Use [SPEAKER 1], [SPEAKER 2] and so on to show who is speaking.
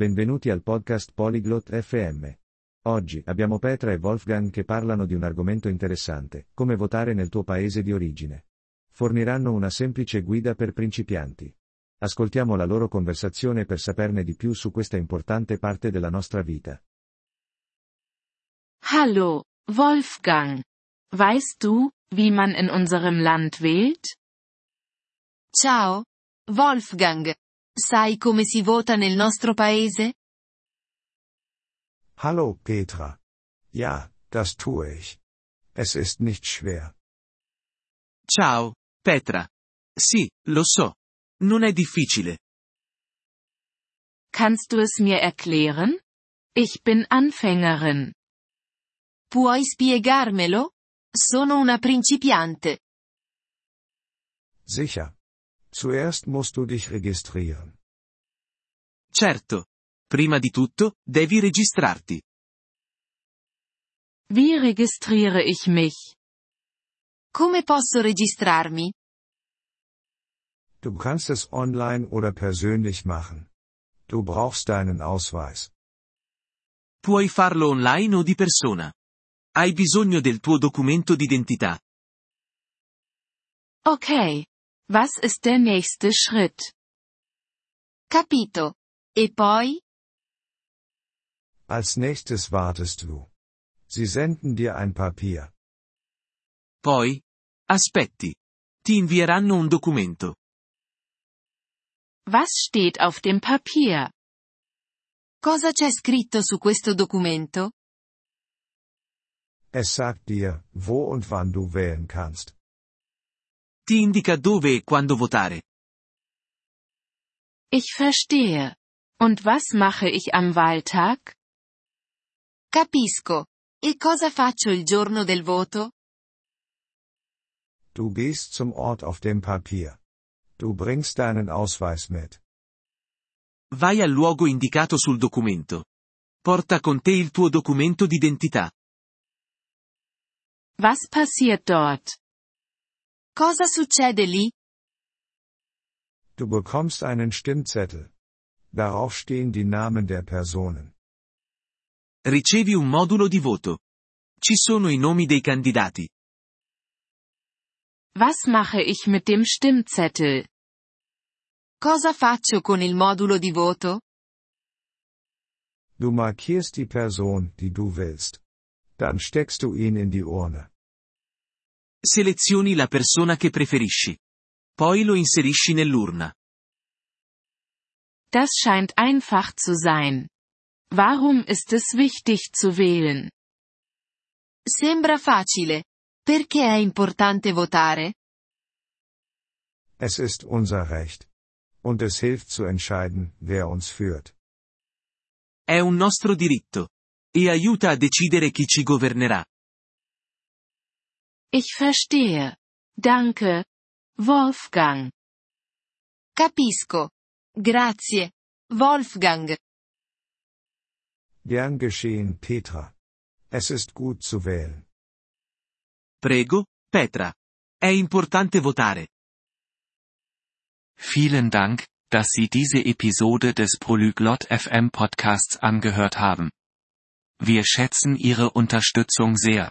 [SPEAKER 1] Benvenuti al podcast Polyglot FM. Oggi abbiamo Petra e Wolfgang che parlano di un argomento interessante, come votare nel tuo paese di origine. Forniranno una semplice guida per principianti. Ascoltiamo la loro conversazione per saperne di più su questa importante parte della nostra vita.
[SPEAKER 2] Hallo, Wolfgang. Weißt du, wie man in unserem Land wählt?
[SPEAKER 3] Ciao, Wolfgang. Sai come si vota nel nostro paese?
[SPEAKER 4] Hallo Petra. Ja, das tue ich. Es ist nicht schwer.
[SPEAKER 5] Ciao, Petra. Sì, lo so. Non è difficile.
[SPEAKER 2] Kannst du es mir erklären? Ich bin Anfängerin.
[SPEAKER 3] Puoi spiegarmelo? Sono una principiante.
[SPEAKER 4] Sicher. Zuerst musst du dich registrieren.
[SPEAKER 5] Certo. Prima di tutto, devi registrarti.
[SPEAKER 2] Wie registriere ich mich?
[SPEAKER 3] Come posso registrarmi?
[SPEAKER 4] Du kannst es online oder persönlich machen. Du brauchst deinen Ausweis.
[SPEAKER 5] Puoi farlo online o di persona. Hai bisogno del tuo documento d'identità.
[SPEAKER 2] Okay. Was ist der nächste Schritt?
[SPEAKER 3] Capito. E poi?
[SPEAKER 4] Als nächstes wartest du. Sie senden dir ein Papier.
[SPEAKER 5] Poi? Aspetti. Ti invieranno un documento.
[SPEAKER 2] Was steht auf dem Papier?
[SPEAKER 3] Cosa c'è scritto su questo documento?
[SPEAKER 4] Es sagt dir, wo und wann du wählen kannst.
[SPEAKER 5] Ti indica dove e quando votare.
[SPEAKER 2] Ich verstehe. Und was mache ich am Wahltag?
[SPEAKER 3] Capisco. E cosa faccio il giorno del voto?
[SPEAKER 4] Du gehst zum Ort auf dem Papier. Du bringst deinen Ausweis mit.
[SPEAKER 5] Vai al luogo indicato sul documento. Porta con te il tuo documento d'identità.
[SPEAKER 2] Was passiert dort?
[SPEAKER 3] Cosa succede lì?
[SPEAKER 4] Du bekommst einen Stimmzettel. Darauf stehen die Namen der Personen.
[SPEAKER 5] Ricevi un modulo di voto. Ci sono i nomi dei candidati.
[SPEAKER 2] Was mache ich mit dem Stimmzettel?
[SPEAKER 3] Cosa faccio con il modulo di voto?
[SPEAKER 4] Du markierst die Person, die du willst. Dann steckst du ihn in die Urne.
[SPEAKER 5] Selezioni la persona che preferisci. Poi lo inserisci nell'urna.
[SPEAKER 2] Das scheint einfach zu sein. Warum ist es wichtig zu wählen?
[SPEAKER 3] Sembra facile. Perché è importante votare?
[SPEAKER 4] Es ist unser Recht. Und es hilft zu entscheiden, wer uns führt.
[SPEAKER 5] È un nostro diritto. E aiuta a decidere chi ci governerà.
[SPEAKER 2] Ich verstehe. Danke. Wolfgang.
[SPEAKER 3] Capisco. Grazie. Wolfgang.
[SPEAKER 4] Gern geschehen, Petra. Es ist gut zu wählen.
[SPEAKER 5] Prego, Petra. È importante votare.
[SPEAKER 6] Vielen Dank, dass Sie diese Episode des Polyglot FM Podcasts angehört haben. Wir schätzen Ihre Unterstützung sehr.